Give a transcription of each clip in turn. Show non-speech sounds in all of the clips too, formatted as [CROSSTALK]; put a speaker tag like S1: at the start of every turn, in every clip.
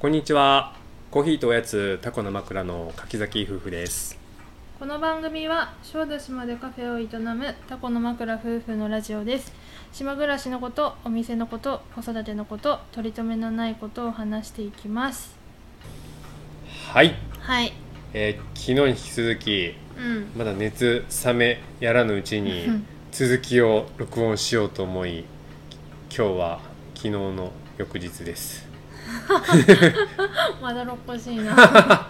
S1: こんにちは。コーヒーとおやつ、タコの枕の柿崎夫婦です。
S2: この番組は小豆島でカフェを営むタコの枕夫婦のラジオです島暮らしのことお店のこと子育てのこと取り留めのないことを話していきます
S1: はい、
S2: はい
S1: えー昨日に引き続き、
S2: [LAUGHS] うん
S1: まだ熱冷めやらぬうちに
S2: うん
S1: 続きを録音しようと思い、今日は昨日の翌日です。
S2: まだろっこしいな [LAUGHS]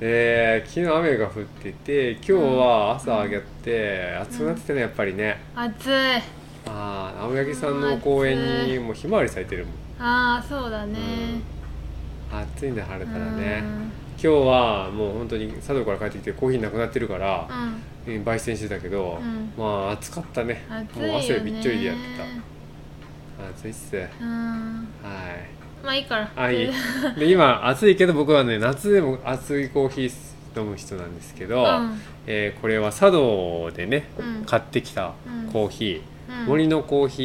S1: えー昨日雨が降ってて、今日は朝上げて、暑くなっててねやっぱりね。
S2: 暑い
S1: ああ、青柳さんの公園にもうひまわり咲いてるもん。
S2: ああそうだね
S1: 暑いんだ晴れ
S2: う
S1: たら
S2: ん
S1: ね。今日はもう本当に佐渡から帰ってきてコーヒーなくなってるから
S2: う、ん
S1: うん焙煎してたけど、
S2: うん
S1: まあ暑かったね
S2: 暑いよね
S1: もう汗びっちょりでやってた暑いっすは
S2: うん
S1: い
S2: まあいいから
S1: あい
S2: う
S1: い
S2: ん
S1: で今暑いけど僕はね夏でも熱いコーヒー飲む人なんですけど、えーこれは佐渡でね、
S2: うん
S1: 買ってきたコーヒー、
S2: うん
S1: 森のコーヒ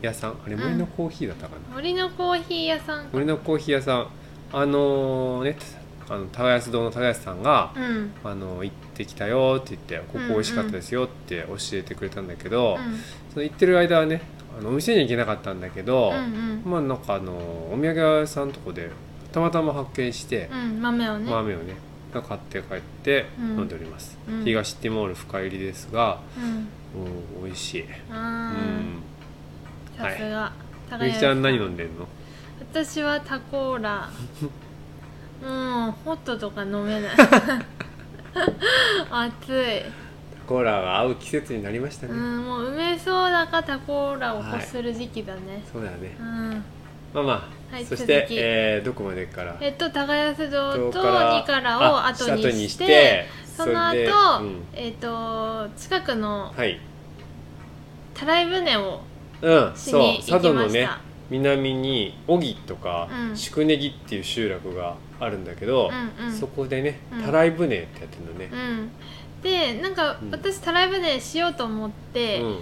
S1: ー屋さんあれ
S2: うん
S1: 森のコーヒーだったかな、
S2: 森のコーヒー屋さんか
S1: 森のコーヒー屋さんあのねあの高安堂の高安さんが、
S2: うんうん
S1: あの行ってきたよって言ってここ美味しかったですよって教えてくれたんだけど、その行ってる間はねあのお店に行けなかったんだけど、
S2: うんうん
S1: まあなんかあのお土産屋さんのとこでたまたま発見して
S2: う、ん豆をね
S1: 豆をね買って帰って
S2: うん
S1: 飲んでおります、
S2: うん
S1: 東ティモール深入りですが、
S2: うん
S1: うん、美味しい、う
S2: あ
S1: ん、
S2: ーさすが。高
S1: ゆきちゃん何飲
S2: で
S1: んでんの
S2: 私はタコ
S1: [LAUGHS]
S2: ーラ。もうホットとか飲
S1: [LAUGHS]
S2: めない。暑い。
S1: コーラが合う季節になりましたね、
S2: うん、もう梅ソーダかタコーラを欲する時期だね。
S1: そうだね
S2: うん。
S1: まあまあ、
S2: はい
S1: そして
S2: 続、き
S1: えーどこまでから
S2: えっと耕す堂と
S1: 堂から
S2: ニカラを
S1: あ
S2: 後にしてその
S1: れ
S2: 後
S1: でうん
S2: えっと近くの
S1: はい
S2: たらい船を
S1: うん、
S2: し
S1: そう
S2: に
S1: 佐
S2: 行き
S1: 渡
S2: ま
S1: の
S2: し
S1: ね
S2: た。
S1: 南に小木とか
S2: うん
S1: 宿根木っていう集落があるんだけど、
S2: うんうん
S1: そこでね
S2: うん
S1: たらい船ってやってるのね
S2: う、ん。でなんか
S1: うん
S2: 私たらい船しようと思って。
S1: うん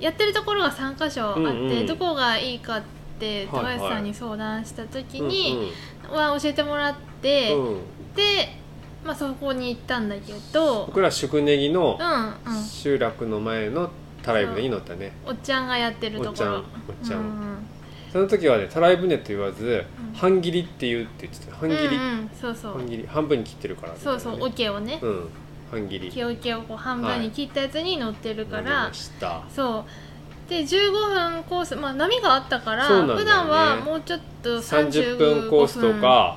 S2: やってるところが3か所あって、
S1: うんうん
S2: どこがいいかって高
S1: はいはい
S2: 橋さんに相談した時
S1: うん
S2: には教えてもらって、
S1: うんうん
S2: で、まあ、そこに行ったんだけど、
S1: 僕ら宿根木の
S2: うんうん、
S1: 集落の前のたらい船に乗ったね、
S2: おっちゃんがやってるところ
S1: おっちゃんおっちゃん
S2: うん
S1: その時はねたらい船と言わず、
S2: うん
S1: 半切りって言うって言ってた半
S2: うん、
S1: 切り、
S2: うんうん、そうそう、
S1: 半切り半分に切ってるからみたい
S2: そ
S1: な
S2: う
S1: ね、
S2: そうおけをね、
S1: うん半切り
S2: おけをこう半分に切ったやつに乗ってるか
S1: 飲み
S2: ら
S1: ま、した
S2: そうで15分コースまあ波があったから
S1: そうなんだよね
S2: 普段はもうちょっと
S1: 30
S2: 35
S1: 分コースとか、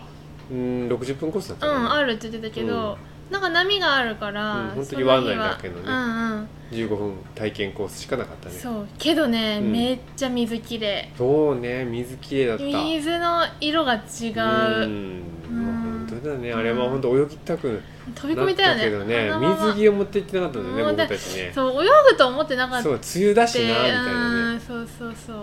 S1: うん、60分コースだっ
S2: う
S1: たか
S2: ん
S1: な、
S2: あるって言ってたけど、なんか波があるから、
S1: うん本当
S2: そ
S1: に
S2: の日
S1: 湾内
S2: は
S1: だけどね
S2: うんうん
S1: 15分体験コースしかなかったね
S2: そうけどね、
S1: うん
S2: めっちゃ水きれ
S1: そうね水きれいだっ
S2: い
S1: た
S2: 水の色が違う、
S1: ん
S2: うん
S1: もう本当だねあれは本当泳ぎたく
S2: 飛び込
S1: なっ
S2: みた
S1: た
S2: よね
S1: けどね
S2: あのまま
S1: 水着を持って行ってなかったんだよね
S2: もう
S1: 僕
S2: だ
S1: たちね
S2: そう泳ぐと思ってなかった
S1: そう
S2: っ
S1: 梅雨だしな
S2: て
S1: みたいな
S2: う
S1: ね
S2: んそうそうそう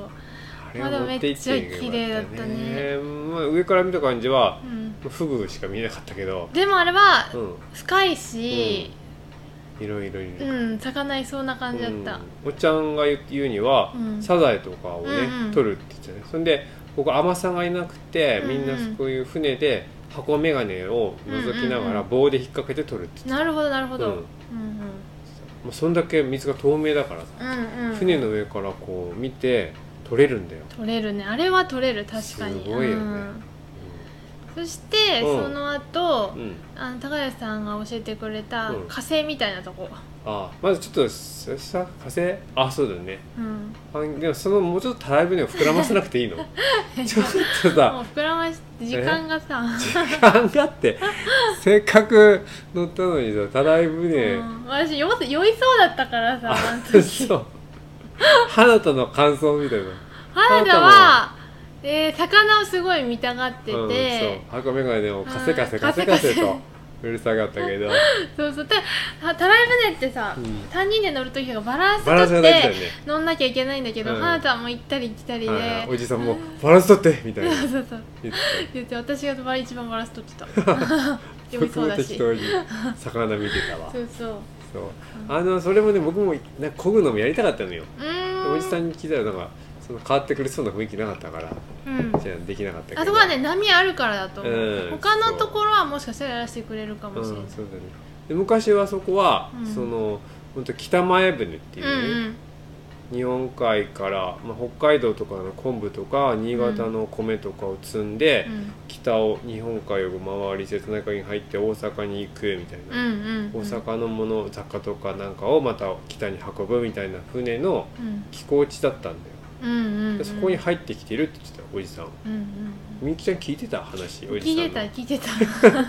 S1: あれは持って行ってよか
S2: まだめっちゃ綺麗だっ
S1: った
S2: た
S1: ね
S2: ね
S1: まあ上から見た感じは
S2: うん
S1: フグしか見えなかったけど
S2: でもあれは
S1: う
S2: 深いし、
S1: んいろいろいろ
S2: うん魚いそうな感じだった、
S1: うんおっちゃんが言う言うには、
S2: うん
S1: サザエとかをね、
S2: うんうん
S1: 取るって言ってたねそんで僕海さんがいなくて、
S2: うんうん
S1: みんなそういう船で箱眼鏡を覗きなが
S2: うんうん
S1: ら
S2: うん
S1: 棒で引っ掛けて取るって言って
S2: なるほどなるほど、
S1: う
S2: うんんうん
S1: もうそんだけ水が透明だからさ、
S2: うんうん、
S1: 船の上からこう見て取れるんだよ、
S2: 取れるねあれは取れる確かに
S1: すごいよね
S2: うんそして、
S1: うん
S2: その後
S1: うんうん
S2: あの高橋さんが教えてくれた
S1: うん
S2: 火星みたいなとこ、
S1: ああまずちょっとささ火星あそうだよね
S2: うん、
S1: あでもそのもうちょっとたらい船を膨らませなくていい
S2: [LAUGHS]
S1: のちょっとさ
S2: もう膨らまして時間がさ、
S1: 時間があってせっかく乗ったのにさたらい船、
S2: うん、私酔って酔いそうだったからさ
S1: あ
S2: あの時
S1: そう花田の感想みたいな
S2: 原田は、えー魚をすごい見たがって
S1: うん、
S2: て、
S1: そう箱眼鏡でもカセカセ
S2: うん
S1: カセカセ
S2: カセカ
S1: とうるさかったけど、
S2: そうそうたあたらい船ってさ、
S1: うん
S2: 3人で乗る時がバランス
S1: バランス
S2: 取
S1: が
S2: っ
S1: 大事だよ
S2: て
S1: ね
S2: 乗んなきゃいけないんだけど、
S1: うん
S2: 原田も行ったり来たりで、
S1: はいはいおじさんも「バランス取って!」みたいな [LAUGHS]
S2: そうそうそう
S1: 言って
S2: 言って私が一番バランス取ってた
S1: た
S2: 酔い
S1: 僕
S2: そ
S1: も
S2: うだし
S1: 適
S2: そう
S1: 当に魚見てたわ
S2: そう
S1: そうあのそれもね僕もなんか漕ぐのもやりたかったのよ
S2: うーん
S1: おじさんに聞いたらなんかその変わってくれそうな雰囲気なかったから
S2: うん
S1: じゃあできなかったけど
S2: あそこはね波あるからだと思う、
S1: うん
S2: 他のところはもしかしたらやらせてくれるか
S1: う
S2: も
S1: ん
S2: し
S1: そ
S2: れ
S1: う
S2: ない、
S1: だねで昔はそこは、
S2: うん
S1: その本当北前船っていううね、
S2: ん
S1: 日本海から、まあ、北海道とかの昆布とか新潟の米とかを積んで、
S2: うん
S1: 北を日本海を回り瀬戸内海に入って大阪に行くみたい
S2: うんう
S1: な、
S2: んうん
S1: 大阪のもの雑貨とかなんかをまた北に運ぶみたいな船の
S2: うん
S1: 寄港地だったんだよ、
S2: うんうんうん
S1: でそこに入ってきてるって言ってたおじさん
S2: うんうん
S1: みゆきちゃん聞いてた話お
S2: うん
S1: じさん
S2: 聞
S1: の
S2: いてた聞いてた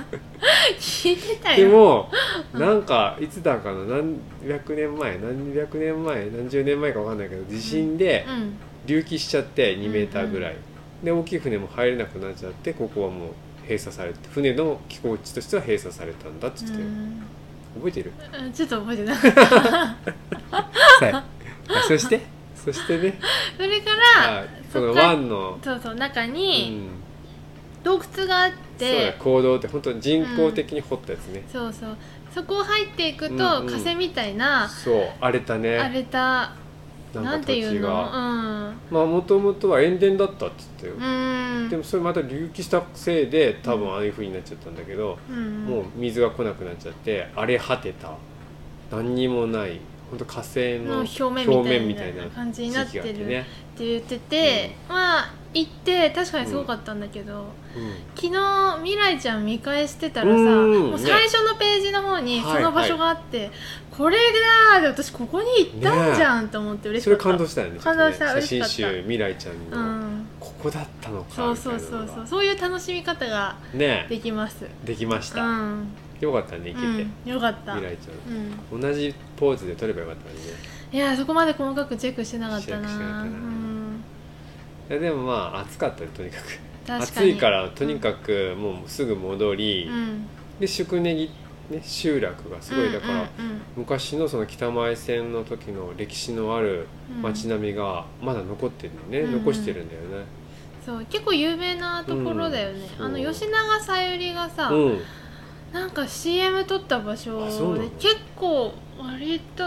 S2: 聞いてた
S1: で
S2: よ
S1: も、なんかいつだかな何百年前何百年前何十年前か分かんないけど地震で
S2: うん
S1: 隆起しちゃって2メーターぐらい、で大きい船も入れなくなっちゃってここはもう閉鎖されて船の寄港地としては閉鎖されたんだっつってたよ、覚え
S2: [LAUGHS]
S1: てる
S2: うんちょっと覚えてない [LAUGHS]
S1: はいあそ
S2: [LAUGHS]
S1: してそしてね
S2: それか
S1: あ
S2: ら
S1: その
S2: っから
S1: 湾の、
S2: そうそう中
S1: う
S2: に
S1: ん、
S2: 洞窟があっ
S1: そうだ
S2: て、
S1: 行動って本当に人工的に掘ったやつね、
S2: そうそうそこを入っていくと、
S1: うんうん
S2: 火星みたいな
S1: そう荒れたね
S2: 荒れたな
S1: なんんか
S2: て
S1: 土
S2: いう
S1: 地
S2: の
S1: が
S2: うん
S1: まあもともとは塩田だったっつってたよ、
S2: うん
S1: でもそれまた隆起したせいで多分ああいう風になっちゃったんだけど、
S2: うん
S1: もう水が来なくなっちゃって荒れ果てた何にもない本当火星
S2: の
S1: の
S2: 表面みたいな感じになってる
S1: 地
S2: っ
S1: 域があね、
S2: て言ってて、まあ行って確かにすごかったんだけど、昨日未来ちゃん見返してたらさ、
S1: うん
S2: もう最初のページの方に
S1: ね
S2: その場所があって、これだーで私ここに行ったんじゃんと思って
S1: うん、
S2: 嬉
S1: そ
S2: し
S1: れ
S2: か
S1: 感
S2: った、
S1: 動したよね
S2: 感動した
S1: ちょっとね写真
S2: 嬉しかった
S1: 集未来ちゃん
S2: う
S1: の、
S2: ん、
S1: ここだったのかみたいな
S2: そ
S1: の
S2: う
S1: が
S2: そうそうそうそういう楽しみ方が
S1: ね
S2: できます
S1: できまし
S2: う
S1: た、
S2: ん、
S1: よかったね
S2: う
S1: いけて、
S2: ん、よかった、う
S1: 未
S2: ん、
S1: 来ちゃん同じポーズで撮ればよかったのにね
S2: いやそこまで細かくチェックしてなかった
S1: チェック
S2: な
S1: してなかったな
S2: うん、
S1: いやでもまあ暑かったよとにかく
S2: 確か
S1: 暑
S2: に
S1: いからとにかくもうすぐ戻り、
S2: うん
S1: で宿根木ね集落がすごいだから、
S2: うんうん
S1: 昔のその北前線の時の歴史のある
S2: うん
S1: 街並みがまだ残ってるんだよね、
S2: うんうん
S1: 残してるんだよね
S2: そう結構有名なところだよね、
S1: うん
S2: あの
S1: そう
S2: 吉永小百合がさ、
S1: うん、
S2: なんか CM 撮った場所
S1: あそうな
S2: で
S1: の
S2: 結構割と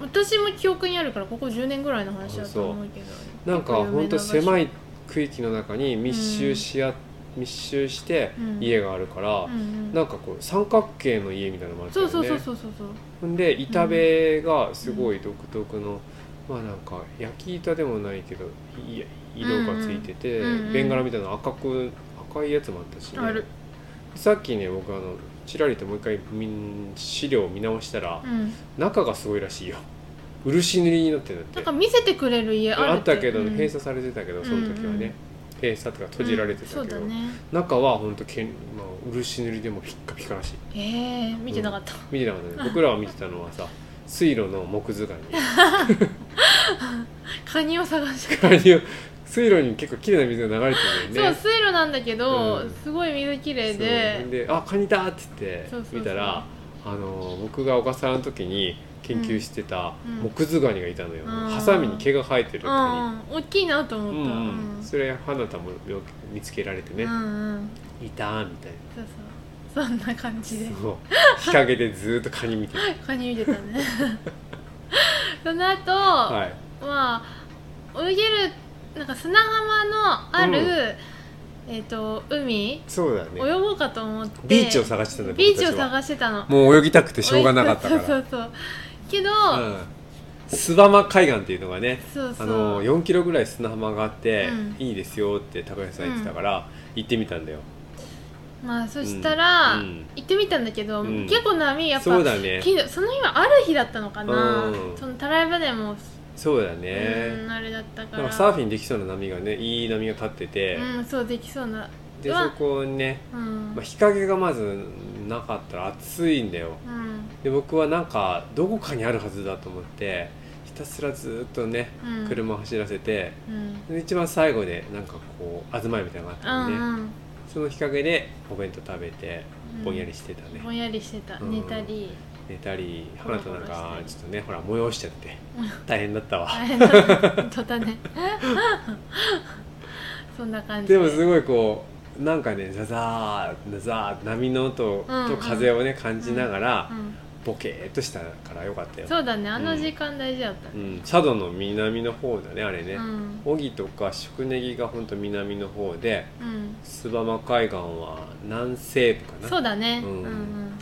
S2: 私も記憶にあるからここ10年ぐらいの話だと思うけど
S1: なんかほんと狭
S2: い、
S1: い区域の中に密集しあ、密集して
S2: うん
S1: 家があるから、
S2: うんうん
S1: なんかこう三角形の家みたいなのもあった
S2: そ
S1: よ
S2: う
S1: ね
S2: そうそうそうそうそう
S1: ほんで板塀がすごい独特の、まあなんか焼き板でもないけどい色がついてて、
S2: うんうん
S1: ベンガラみたいな赤く赤いやつもあったし、ね、
S2: ある
S1: さっきね僕あのちらりともう一回みん資料を見直したら、
S2: うん、
S1: 中がすごいらしいよ漆塗りになってるんだ
S2: な
S1: っ
S2: ん
S1: て
S2: か見せてくれる家ある
S1: あったけど、
S2: うん
S1: 閉鎖されてたけどその時はね、
S2: うんうん
S1: 閉鎖とか閉じられてたけど、
S2: うんそうだね
S1: 中はほんとけん、まあ、漆塗りでもうピッカピカらしい
S2: ええ見てなかった、
S1: 見てなかったね僕らは見てたのはさ水路の木図鑑に
S2: カニを探して
S1: ああいう水路に結構綺麗な水が流れてるんだ
S2: そ
S1: よ
S2: う
S1: ね
S2: 水路なんだけど、
S1: うん
S2: すごい水きれい
S1: そう
S2: で
S1: であカニだ!」って言って
S2: そうそうそう
S1: 見たらあの僕が小笠原の時に研究してた
S2: うん
S1: 木図ガニがいたのよ、
S2: うん
S1: ハサミに毛が生えてる
S2: うん
S1: カ
S2: 大きいなと思
S1: ニ、
S2: っ
S1: うん
S2: た、
S1: うんそれ花田もよく見つけられてね
S2: う、んうん
S1: いたーみたい
S2: そうそうそんな感じで
S1: なそう日陰でずーっとカニ見てる
S2: カニ
S1: [LAUGHS]
S2: 見てたねその後、
S1: はい
S2: まあ泳げるなんか砂浜のある、えっ、と海、
S1: そうだ
S2: 泳
S1: ね
S2: ごうかと思って
S1: ビーチを探してたんだ
S2: ビー
S1: 僕たち
S2: チを
S1: は
S2: 探してたの
S1: もう泳ぎたくてしょうがなかったから
S2: [LAUGHS] そうそうそうけど、
S1: うん須浜海岸っていうのがね
S2: そうそう
S1: あの4キロぐらい砂浜があって、
S2: うん
S1: いいですよって高橋さん言ってたから、行ってみたんだよ
S2: まあそしたら、
S1: うんうん
S2: 行ってみたんだけど、
S1: うん
S2: 結構波やっぱ
S1: そうだね
S2: けどその日はある日だったのかな、
S1: うん
S2: そのたらい船も、
S1: そうだ
S2: う
S1: ね
S2: んあれだったか
S1: なん
S2: ら
S1: かサーフィンできそうな波がねいい波が立ってて、
S2: うんそうできそうな
S1: で
S2: うわ
S1: そこにね、
S2: うん、
S1: まあ、日陰がまずなかったら暑いんだよ
S2: うん
S1: で僕はなんかどこかにあるはずだと思ってひたすらずっとね
S2: うん
S1: 車を走らせて、
S2: うん
S1: で一番最後でなんかこう東屋みたいなのがあったのね、
S2: うん
S1: その日陰でお弁当食べて
S2: うん
S1: ぼんやりしてたね、
S2: うん、ぼんやりしてた、
S1: うん
S2: 寝た
S1: [LAUGHS]
S2: り
S1: 寝たり
S2: ほら
S1: 花
S2: ほ
S1: とな
S2: ら
S1: ん
S2: した
S1: か
S2: り
S1: ちょっとねほら催しちゃって
S2: うん
S1: 大変だったわ
S2: 大変だね本当だね [LAUGHS] そんな感
S1: [LAUGHS]
S2: じ
S1: でもすごいこうなんかねザザーザザー波の音
S2: うんう
S1: と
S2: ん
S1: 風をね感じながら
S2: うん
S1: ボケーっとしたからよかったよ
S2: そうだねあの時間大事だった
S1: う
S2: ね
S1: ん、佐渡の南の方だねあれね
S2: う、ん
S1: 小城とか宿根木がほんと南の方で
S2: うん
S1: 須磨海岸は南西部かな
S2: そうだね
S1: う
S2: うんんうん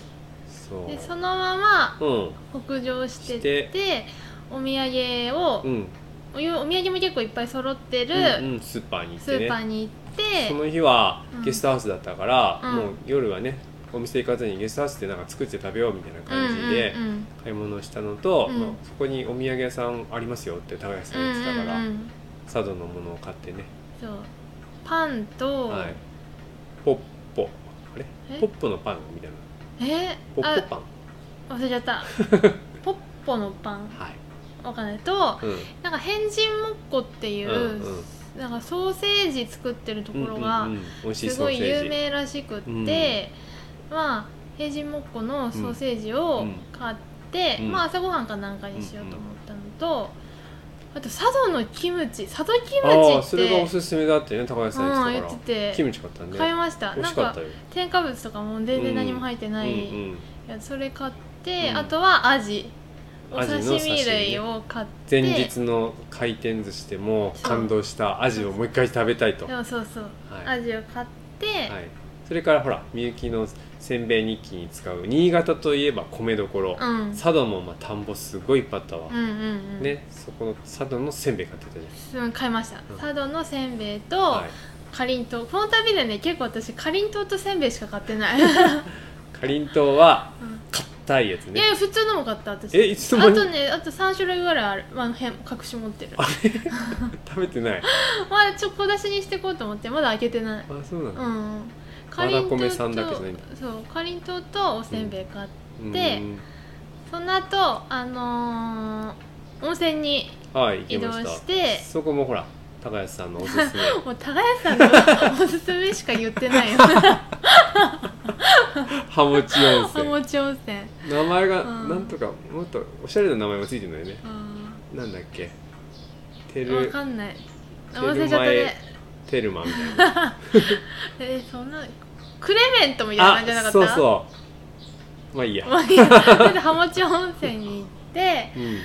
S1: そう
S2: でそのまま
S1: うん
S2: 北上してっ
S1: して
S2: お土産を
S1: うん、
S2: お湯お土産も結構いっぱい揃ってる
S1: うんうんスーパーに行っ
S2: ス
S1: てね
S2: ーパーに
S1: そ
S2: 行って
S1: の日は
S2: うん
S1: ゲストハウスだったから、
S2: うん
S1: もう夜はねお店行かずにゲストハウスでなんか作って食べようみたいな感じで
S2: うんうんうん
S1: 買い物をしたのと、
S2: うん
S1: まあそこにお土産屋さんありますよって高橋さん言ってたから、
S2: うんうんうん
S1: 佐渡のものを買ってね、
S2: そうパンと、
S1: はい、ポッポあれ
S2: え
S1: ポッポのパンみたいな
S2: え
S1: ポッ
S2: あ
S1: ポパン
S2: 忘れちゃった
S1: [LAUGHS]
S2: ポッポのパン
S1: はい、
S2: わかんないと
S1: うん、
S2: なんか変人もっこっていう、
S1: うんうん
S2: なんかソーセージ作ってるところ
S1: う
S2: が
S1: んうんうん美味しい
S2: す
S1: ソ
S2: ご
S1: ー
S2: い
S1: セー
S2: 有
S1: ジ
S2: 名らしくって、
S1: うん
S2: まあ変人もっこのソーセージを買って、
S1: うん
S2: まあ朝ごはんかなんかにしようと思ったのと、あと佐渡のキムチ佐渡キム
S1: ああー
S2: チ
S1: そ
S2: っ
S1: れが
S2: て
S1: おすすめだってね高橋さん
S2: うん
S1: 言
S2: 言
S1: ってた
S2: っ
S1: か
S2: て
S1: らキ
S2: て
S1: ムチ買った
S2: 買い
S1: ね
S2: ました
S1: 美味
S2: なん
S1: しか
S2: か
S1: ったよ
S2: 添加物とかも全然何も入ってない、
S1: うんうん
S2: いやそれ買って、
S1: うん
S2: あとはアジお
S1: アジの
S2: 刺
S1: 刺身ね
S2: 身類を買って
S1: 前日の回転寿司でも
S2: そう
S1: 感動したアジをもう一回食べたいと、
S2: で
S1: は
S2: もそうそう、
S1: い
S2: アジを買って、
S1: はい、それからほらみゆきのせんべい日記に使う新潟といえば米どころ、
S2: うん、
S1: 佐渡もまあ田んぼすごいいっぱいあったわ、
S2: うんうんうん
S1: ねそこの佐渡のせんべい買ってたじ
S2: うん買いました、
S1: うん
S2: 佐渡のせんべいと、
S1: ゃん、はい、
S2: かりんとうこの旅でね結構私かりんとうとせんべいしか買って [LAUGHS] ない、
S1: かりんとうは
S2: うん
S1: 硬いやつ
S2: いやい
S1: ね
S2: や普通のも買った私
S1: えいつの
S2: あ
S1: 間に
S2: とねあと3種類ぐらいある、まあ、へん隠し持ってる
S1: あれ食べてない
S2: まあちょっと小出しにしていこうと思ってまだ開けてない
S1: あそうなんだ、
S2: うんかりんと
S1: まだ米
S2: うと
S1: さんだけじゃないんだ
S2: そうかりんとうとおせんべい買って、
S1: うん
S2: でその後あのー温泉に
S1: はい行き
S2: 移動
S1: ました
S2: して
S1: そこもほら高橋さんのおすす
S2: [LAUGHS]
S1: め
S2: もう高安さんのおすすめしか言っ
S1: [LAUGHS]
S2: てないよ
S1: ハモチ温
S2: お
S1: 泉
S2: 餅温泉
S1: 名前が
S2: うん
S1: なんとかもっとおしゃれな名前もついてないね
S2: う
S1: なんだっけテ
S2: んわ
S1: ル
S2: かんない
S1: テ
S2: 忘
S1: ル
S2: れちゃっ
S1: マ
S2: た
S1: エ
S2: ね
S1: テルマみたいな
S2: えーそんなクレメントみたいな感じじゃなか
S1: あ
S2: っ
S1: そ
S2: た
S1: うそうまあいい
S2: [LAUGHS]
S1: や、
S2: まあいいやそれで浜町温泉に行って
S1: うん、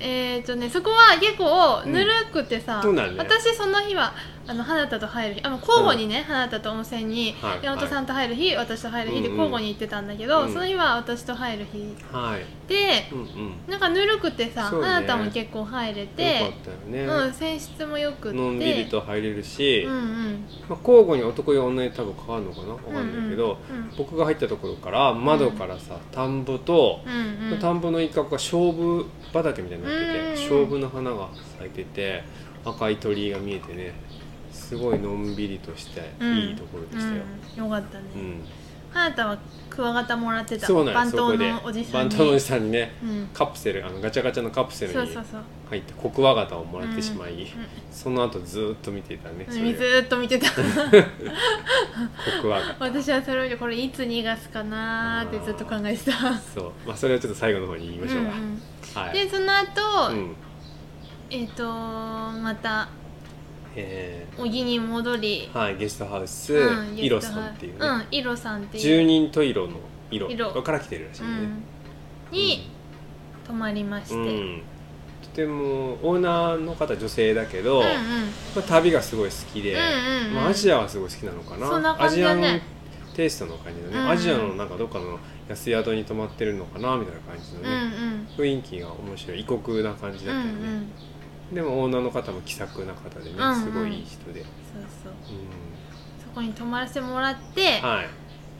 S2: えっ、とねそこは結構
S1: うん
S2: ぬるくてさ、
S1: そうなんだね
S2: 私その日はあの花田と入る日あの交互にね、花田と温泉に
S1: はい
S2: 山本さんと入る日、私と入る日で
S1: うんうん
S2: 交互に行ってたんだけど、
S1: うん
S2: その日は私と入る日
S1: はい
S2: で
S1: うんうん
S2: なんかぬるくてさ、
S1: そうね
S2: 花田も結構入れ
S1: よかっ
S2: てう
S1: たよ
S2: ん
S1: ね、
S2: 泉質もよくって
S1: のんびりと入れるし、
S2: うんうん
S1: まあ、交互に男用女に多分変わるのかなわかんないけど、
S2: うんうん
S1: 僕が入ったところから窓からさ田んぼと、
S2: うんうん
S1: 田んぼの一角が勝負畑みたいになってて、
S2: うんうん
S1: 勝負の花が咲いてて赤い鳥居が見えてねすごいのんびりとして
S2: うん
S1: いいところでしたよ、
S2: うんよかったね、
S1: うん
S2: 花田はクワガタもらってた
S1: そうなん
S2: 番
S1: ですそこ
S2: 頭
S1: で
S2: のおじさん
S1: 番
S2: に
S1: 頭のおじさんにね
S2: うん
S1: カプセルあのガチャガチャのカプセル
S2: そう
S1: に
S2: そうそう
S1: 入ってコクワガタをもらってしまい、その後ずーっと見ていたね、それ
S2: うん、ずーっと見てた
S1: コクワガタ
S2: 私はそれを見てこれいつ逃がすかなーってずっと考えてた
S1: そう、まあ、それはちょっと最後の方に言いましょうか、
S2: うんうん
S1: はい
S2: でその後、
S1: うん
S2: えっ、とまた
S1: え
S2: 小木に戻り
S1: ー、はいゲストハウス、
S2: うん
S1: イロさんっていうね、
S2: うんイロさんっていう
S1: 十人十色の色
S2: 色
S1: から来てるらしいね、
S2: うん、に泊まりまして、
S1: う
S2: うんん、
S1: う
S2: うん
S1: んとてもオーナーの方女性だけど、
S2: うん
S1: まあ、旅がすごい好きで、
S2: うんうんうん
S1: まあ、アジアはすごい好きなのかな
S2: そんな感じだね
S1: アジアンテイストの感じだね、
S2: うんうん
S1: アジアのなんかどっかの安宿に泊まってるのかなみたいな感じの
S2: うん
S1: ね、雰囲気が面白い異国な感じ
S2: う
S1: だったよね、
S2: んうん
S1: でもオーナーの方も気さくな方でね
S2: うんうん
S1: すごいいい人で、うん
S2: そうそうそこに泊まらせてもらって、
S1: はい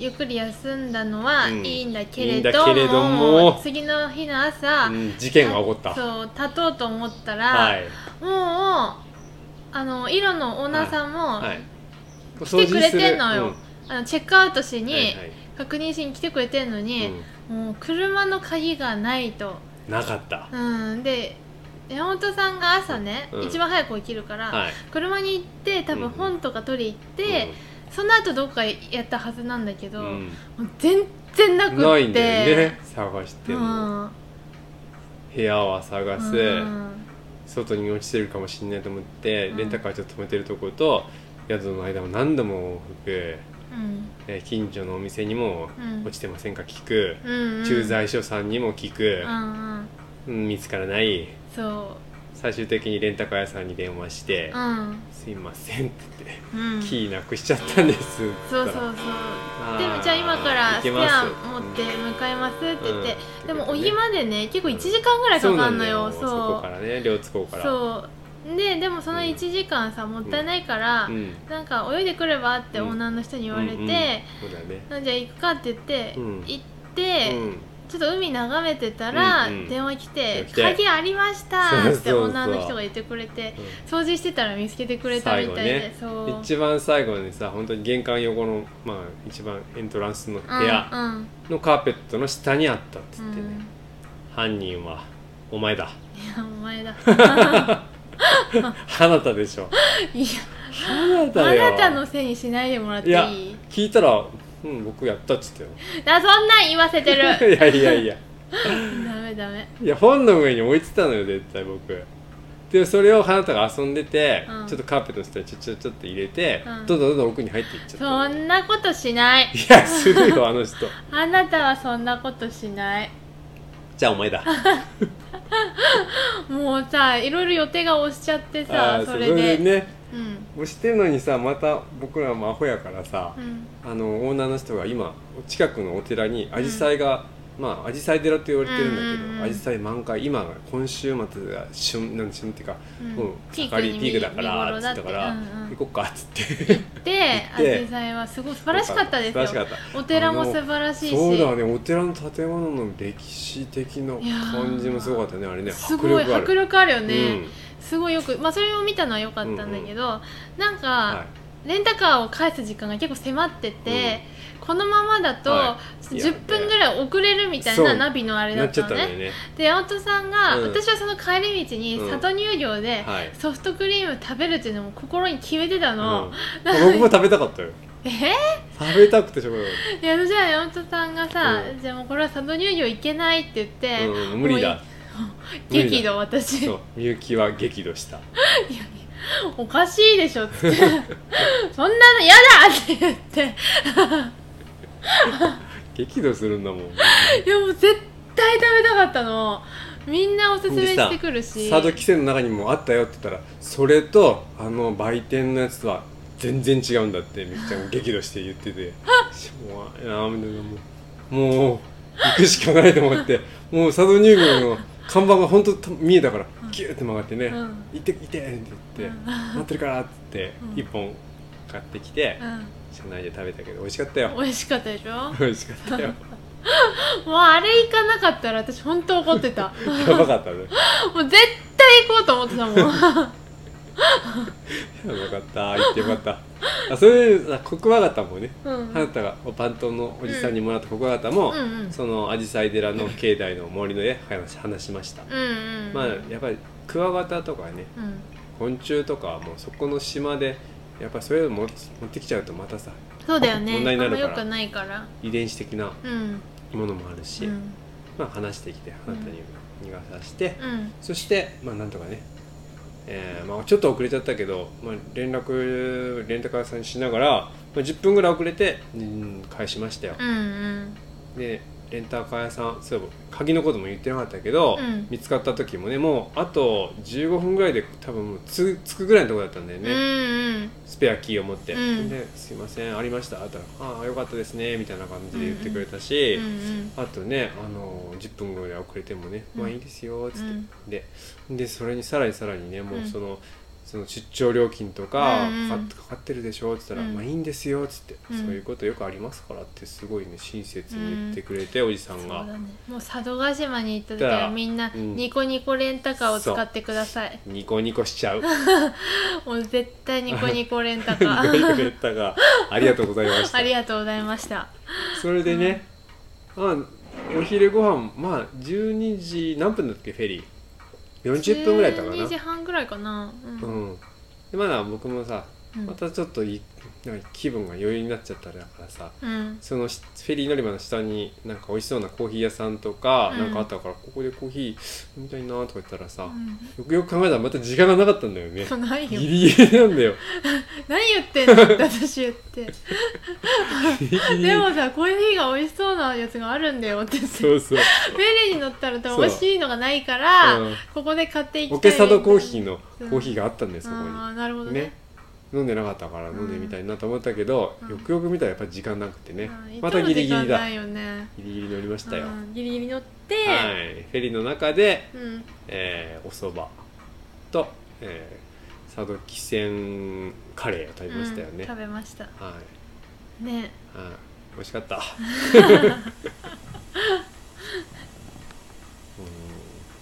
S2: ゆっくり休んだのは
S1: うん
S2: いいんだけれ
S1: いいん
S2: ど
S1: だ
S2: も,、
S1: けれども
S2: 次の日の朝、
S1: うん、事件が起こった
S2: あそう立とうと思ったら、
S1: はい
S2: もうあのイロのオーナーさんも、
S1: はい
S2: 来てくれてんのよ
S1: お掃除
S2: あのチェックアウトし
S1: するうん
S2: に、
S1: はいはい
S2: 確認しに来てくれてんのに、
S1: う
S2: もう車の鍵がないと、
S1: ん、なかった
S2: うん、で山本さんが朝ね、
S1: うん
S2: 一番早く起きるから、
S1: はい
S2: 車に行って多
S1: う
S2: 分
S1: ん
S2: 本とか取り行って、その後どっかやったはずなんだけ
S1: う
S2: ど、
S1: ん
S2: もう全然な
S1: う
S2: く
S1: ん
S2: って
S1: ないんだよね探して
S2: う
S1: も
S2: ん
S1: 部屋は探
S2: う
S1: せ
S2: ん
S1: 外に落ちてるかもしれないと思って
S2: うん
S1: レンタカーちょっと止めてるとこと宿の間も何度も往復、
S2: うん
S1: えー近所のお店にも
S2: うん
S1: 落ちてませんか聞く、
S2: うんうん
S1: 駐在所さんにも聞く
S2: う、んうん
S1: うん見つからない
S2: そ
S1: 最終的にレンタカー屋さんに電話して
S2: ううん
S1: 「すいません」って言って
S2: うん
S1: 「キーなくしちゃったんです」って
S2: そ
S1: 言
S2: う
S1: っ
S2: そう
S1: たら
S2: そう
S1: あ
S2: で
S1: ー
S2: もじゃあ今から
S1: 行
S2: ス
S1: け
S2: ペ
S1: ます
S2: ア持って向かいますって言って、
S1: うん
S2: でもお
S1: うん
S2: 日までね結構1時間ぐらいかかんのよ、
S1: そう
S2: そ
S1: なんだよそこか
S2: う
S1: らね両津港から
S2: そうででもその1時間さもったいないから、
S1: うん
S2: なんか泳いでくればって
S1: うん
S2: 女の人に言われて、
S1: うんうんそうだね
S2: なんじゃあ行くかって言って、
S1: うん
S2: 行って、
S1: うん
S2: ちょっと海眺めてたら、
S1: うんうん
S2: 電話来て
S1: 来
S2: 「
S1: て
S2: 鍵ありました」
S1: そう
S2: っ
S1: そう
S2: て
S1: そう
S2: 女の人が言ってくれて掃除してたら見つけてくれたみたいで、そう
S1: 一番最後にさ本当に玄関横のまあ一番エントランスの部
S2: う
S1: 屋
S2: んうん
S1: のカーペットの下にあったって言って
S2: うん
S1: ね犯人はお前だ
S2: いやお前 [LAUGHS] だ
S1: 花田でし
S2: [LAUGHS]
S1: ょ
S2: いや
S1: 花
S2: あ
S1: 田よ
S2: なたのせいにしないでもらっていい
S1: や聞いたらうん僕やったっつってよ
S2: あそんなん言わせて
S1: [LAUGHS]
S2: る
S1: いやいやいや
S2: ダメダメ
S1: いや本の上に置いてたのよ絶対僕でそれを花田が遊んでて、
S2: うん
S1: ちょっとカーペットの下にちょちょちょって入れて、
S2: うん
S1: どんどんどんどん奥に入っていっちゃった
S2: そんなことしない
S1: いやするよあの人
S2: あなたはそんなことしない
S1: じゃあお
S2: [LAUGHS]
S1: 前だ
S2: もうさいろいろ予定が押しちゃってさ
S1: ー
S2: それで
S1: ね
S2: うん
S1: 押してんのにさまた僕らもアホやからさ
S2: う、ん
S1: あのオーナーの人が今近くのお寺にアジサイが、まあアジサイ寺って言われてるんだけ
S2: うんうんう
S1: ど、
S2: ん
S1: アジサイ満開今が今週末が旬なん旬っていうか、
S2: うん
S1: もう
S2: ピークに
S1: 盛りピークだか
S2: 見
S1: ら
S2: 頃
S1: っつ
S2: だ
S1: っ
S2: って
S1: たから、
S2: うんうん
S1: 行こっかっつって
S2: で
S1: 行って
S2: アジサイはすごい素晴らしかったですよ
S1: 素晴らしかった
S2: お寺も素晴らしいし
S1: そうだねお寺の建物の歴史的ない
S2: やー
S1: 感じもすごかったねあれね
S2: すごい迫力
S1: ある
S2: あるよね、すごいよくまあそれを見たのは良かったんだけど、なんか、
S1: うんはい
S2: レンタカーを返す時間が結構迫ってて、このままだと
S1: は
S2: 10分ぐらい遅れるみたい
S1: そ
S2: な
S1: う
S2: ナビのあれだ
S1: なっ
S2: っ
S1: ち
S2: た
S1: ゃっ
S2: の
S1: たんだ
S2: ね
S1: よね
S2: で青戸さんが、
S1: うん
S2: 私はその帰り道に
S1: うん
S2: 里乳業で
S1: はい
S2: ソフトクリーム食べるっていうのも心に決めてた
S1: う
S2: の、
S1: ん、僕も食べたかったよ
S2: え [LAUGHS]
S1: 食べたくてしょうがなかっ
S2: いやじゃあ山本さんがさ、
S1: うん
S2: じゃあもうこれは佐渡乳業行けないって言って、
S1: た、うん、無理だ
S2: もう激怒私
S1: そうみゆきは激怒した
S2: おかしいでしょっつって [LAUGHS] そんなの嫌だって言って
S1: 激怒するんだもん
S2: いやもう絶対食べたかったのみんなおすすめ
S1: でさ
S2: してくるし
S1: 佐渡汽船の中にもあったよって言ったらそれとあの売店のやつとは全然違うんだってみゆきちゃんが激怒して言っててしょうがないなみたいなもうもう行くしかないと思ってもう佐渡乳業の看板が本当と見えたからギューって曲がってね「
S2: うん
S1: 行って行って!」って言って
S2: うん
S1: 「待ってるから」って言
S2: うん
S1: って1本買ってきて車内で食べたけど美味しかったよ
S2: うん、美味しかったでしょもう
S1: 美味しかったよ
S2: あれ行かなかったら私本当怒ってた
S1: やばかったね
S2: もう絶対行こうと思ってたもん
S1: よかった行ってよかったあそれでさコクワガタもね
S2: うん
S1: あなたがおパントのおじさんにもらったコクワガタも、
S2: うんうん
S1: そのアジサイ寺の境内の森の絵話話しました、
S2: うんうん
S1: まあやっぱりクワガタとかね
S2: うん
S1: 昆虫とかはもうそこの島でやっぱそれを持ち持ってきちゃうとまたさ
S2: そうだよね
S1: 問題になるから
S2: あんまよくないから
S1: 遺伝子的な
S2: うん
S1: ものもあるし、
S2: うん
S1: まあ、話してきてあなたに逃がさせて、
S2: うん
S1: そしてまあなんとかね、えーまあ、ちょっと遅れちゃったけど、まあ、連絡レンタカー屋さんにしながら、まあ、10分ぐらい遅れて、うん、返しましたよ、
S2: うんうん
S1: でレンタカー屋さんそういえば鍵のことも言ってなかったけど、
S2: うん
S1: 見つかった時もねもうあと15分ぐらいで多分もうつ着くぐらいのとこだったんだよ
S2: う
S1: ね、
S2: ん
S1: スペアキーを持って、
S2: うん
S1: ですいませんありました」って言ったら「ああよかったですね」みたいな感じで言ってくれたし、
S2: うんうん
S1: あとね、あの10分ぐらい遅れてもね「
S2: うん
S1: まあいいですよ」っつって、
S2: うん
S1: ででそれにさらにさらにねもううんその,、その出張料金とか
S2: うん
S1: か
S2: うん
S1: かかってるでしょっつったら「
S2: うん
S1: まあいいんですよ」っつって、
S2: うん
S1: そういうことよくありますから」ってすごいね親切に言ってくれて、おじさ
S2: そ
S1: ん
S2: う
S1: が
S2: だねもう佐渡島に行った時はみんな
S1: うん
S2: ニコニコレンタカーを使ってください
S1: ニコニコしちゃ
S2: [LAUGHS]
S1: う
S2: もう絶対ニコニコレンタカ
S1: ニ [LAUGHS] コニコ
S2: ー
S1: 言ったがありがとうございました
S2: ありが [LAUGHS] とうございました
S1: それでね、まあお昼ご飯まあ12時何分だっけフェリー40分ぐらいだったかな
S2: 12時半ぐらいかなうん
S1: うん、でまだ僕もさ
S2: うん
S1: またちょっといなんか気分が余裕になっちゃったらだからさ
S2: うん
S1: そのしフェリー乗り場の下になんか美味しそうなコーヒー屋さんとか、
S2: うん
S1: なんかあったからここでコーヒー飲みたいなとか言ったらさ、
S2: う
S1: よくよく考えたらまた時間がなかったんだよね
S2: ん、ない
S1: ギ
S2: よ
S1: リギリなん
S2: [LAUGHS]
S1: だよ
S2: 何言ってんのって私言って
S1: ギリギリ
S2: でもさコーヒーが美味しそうなやつがあるんだよって言ってフェ
S1: そうそう
S2: リーに乗ったら多分美味しいのがないから、
S1: うん
S2: ここで買っていきたい
S1: オケサドコーヒー
S2: ー
S1: のコーヒーがあったんです、そこに
S2: ああなるほどね
S1: ね飲んでなかったから飲んでみたいなと思ったけど、
S2: うん
S1: よくよく見たらやっぱ時間なくてね、
S2: うん
S1: またギリギ
S2: いつも
S1: リ
S2: 時間
S1: だ
S2: ないよね
S1: ギリギリ乗りましたよ、
S2: う
S1: は
S2: んギリギリ乗って、
S1: いフェリーの中で、
S2: うん
S1: えーおそばと、えー、佐渡汽船カレーを食べましたよ
S2: うん
S1: ね、
S2: 食べました
S1: はい、
S2: ね
S1: はい、美味しかったうん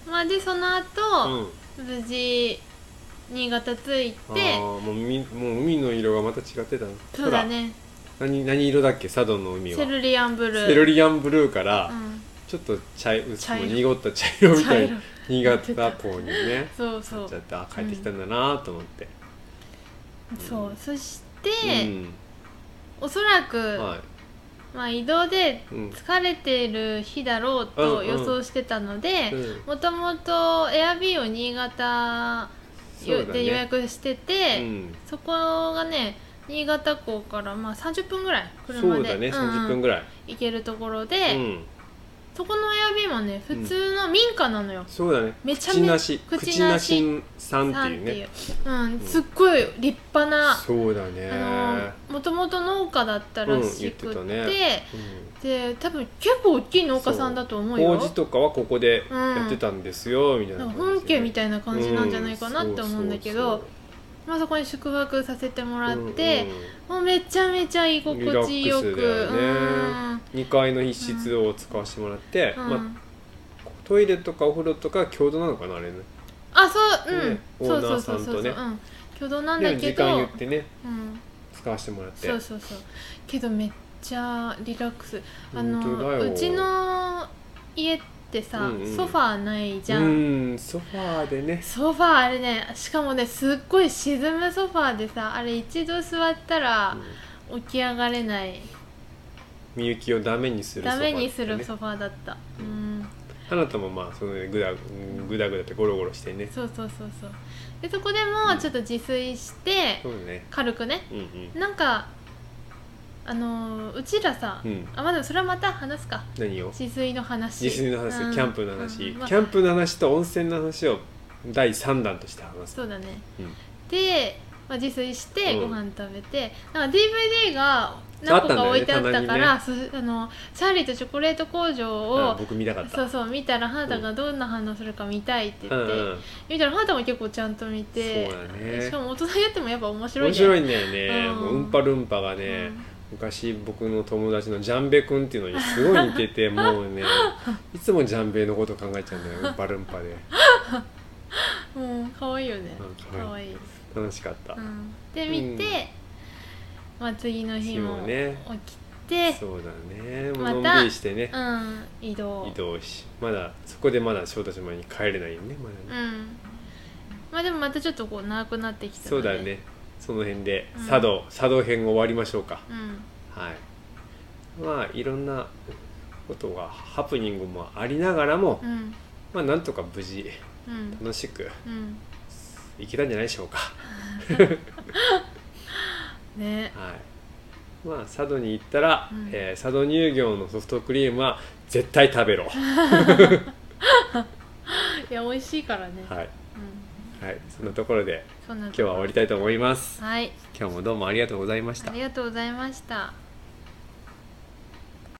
S2: まあでその
S1: う
S2: 後、
S1: ん
S2: 無事新潟着いて
S1: あーもうみもう海の色がまた違ってたの
S2: そうだね
S1: 空何何色だっけ佐渡の海は
S2: セルリアンブルー
S1: セルリアンブルーから、
S2: うん、
S1: ちょっと茶い
S2: 茶色
S1: 濁った茶色みたいな新
S2: な
S1: 潟
S2: って
S1: 港にね
S2: そう
S1: な
S2: そ
S1: っちゃっ
S2: う
S1: てあ帰ってきたんだなと思って、
S2: そうそして、
S1: うん
S2: おそらく、
S1: はい
S2: まあ、移動で
S1: うん
S2: 疲れてる日だろうと予想してたので
S1: うん
S2: もともと Airb を新潟
S1: そうだね
S2: で予約して
S1: う
S2: て
S1: ん、
S2: そ,、こがね新潟港からまあ30分ぐらい車
S1: そう
S2: で
S1: だね
S2: うんうん
S1: 30分ぐらい、
S2: 行けるところ
S1: う
S2: で、
S1: ん、
S2: そこの Airb もね普通の民家なのよ、
S1: そうだね
S2: めちゃめ
S1: 口なし
S2: 口
S1: 口
S2: な
S1: な
S2: し
S1: しさんっていうね
S2: うんすっごい立派な、
S1: そうだね
S2: あのもともと農家だったらしくて,、
S1: うん言って
S2: で多分結構大きい農家さんだと思う
S1: うん
S2: よ
S1: 麹とかはここでやってたんですよ、みたいな
S2: なん
S1: 感じで
S2: か
S1: ね
S2: 本家みたいな感じなんじゃないかなって思うんだけど、
S1: う
S2: まあ、そこに宿泊させてもらっ
S1: そうそうそう
S2: て
S1: うん、うん
S2: もうめちゃめちゃ居心地よく
S1: リラックスだよね
S2: うん
S1: 2階の一室を使わせてもらって、
S2: うん
S1: まあ、トイレとかお風呂とか共同なのかなあれね
S2: あそううん、
S1: ね
S2: そうそ
S1: オーナ
S2: う
S1: ー
S2: そ
S1: さ
S2: うそうんそう、
S1: とね
S2: うん、挙動なん
S1: で
S2: だ
S1: も
S2: け
S1: 時
S2: ど、
S1: 間
S2: う
S1: 言ってね
S2: ん、
S1: 使わせてもらって
S2: そうそうそうけどめっちゃリラックスあ
S1: 本当だ
S2: の
S1: よ
S2: うちの家ってさ、
S1: うんうん
S2: ソファーないじゃん、
S1: うんソファーでね
S2: ソファーあれねしかもねすっごい沈むソファーでさあれ一度座ったら起き上がれない、
S1: みゆきをダメにする
S2: ダメにす
S1: ソファーだ
S2: る
S1: ったね
S2: ソファーだった、う、
S1: うんあなたもまあそのねぐだぐだぐだってゴロゴロしてね
S2: そうそうそうそうでそこでもちょっと自炊して、
S1: そうね
S2: 軽くね
S1: うん
S2: なんかあのーうちらさ、
S1: うんうん
S2: あまあでもそれはまた話すか
S1: 何を
S2: 自炊の話
S1: 自炊の話、
S2: うん
S1: キャンプの話、
S2: うんまあ
S1: キャンプの話と温泉の話を第3弾として話す
S2: そうだね、
S1: うん
S2: で、まあ、自炊して
S1: う
S2: ご
S1: ん
S2: 飯食べて、なんか DVD が何個か置いてあったから
S1: あ
S2: そあのチャーリーとチョコレート工場
S1: あ
S2: を
S1: 僕見たかった
S2: そうそう見たら花田がどんな反応するか見たいって言
S1: う
S2: って、
S1: んうん、
S2: 見たら花田も結構ちゃんと見て
S1: そうだね
S2: しかも大人やってもやっぱ面白い
S1: 面
S2: ね
S1: 白いんだよね、
S2: うん
S1: もううんぱるんぱがね、昔僕の友達のジャンベ君っていうのにすごい似て
S2: [LAUGHS]
S1: てもうねいつもジャンベのこと考えちゃうんだようんぱるんぱで
S2: うん、うん、かわいいよね
S1: うん可愛い
S2: かわいい、う
S1: 楽しかった、
S2: ん、で見て、
S1: うん
S2: まあ、次の日も
S1: 日も
S2: 起
S1: ね
S2: きて、
S1: そうだねもう
S2: ま
S1: のん
S2: た
S1: びりしてね、
S2: うん移動
S1: 移動しまだそこでまだ翔太島に帰れないよねまだね、
S2: うんまあでもまたちょっとこう長くなってきた
S1: そ
S2: の
S1: う
S2: で
S1: だねその辺で
S2: うん
S1: 茶道、茶道編を終わりましょうか
S2: うん
S1: はいまあいろんなことがハプニングもありながらも、
S2: うん
S1: まあなんとか無事
S2: うん
S1: 楽しく
S2: うん
S1: いけたんじゃないでしょうか
S2: ね
S1: はいまあ佐渡に行ったら、
S2: うん
S1: えー佐渡乳業のソフトクリームは絶対食べろ
S2: いや美味しいからね、
S1: はい、
S2: うん
S1: はい、そんなところで
S2: そうなん
S1: 今日は終わりたいと思います
S2: はい
S1: 今日もどうもありがとうございました
S2: ありがとうございました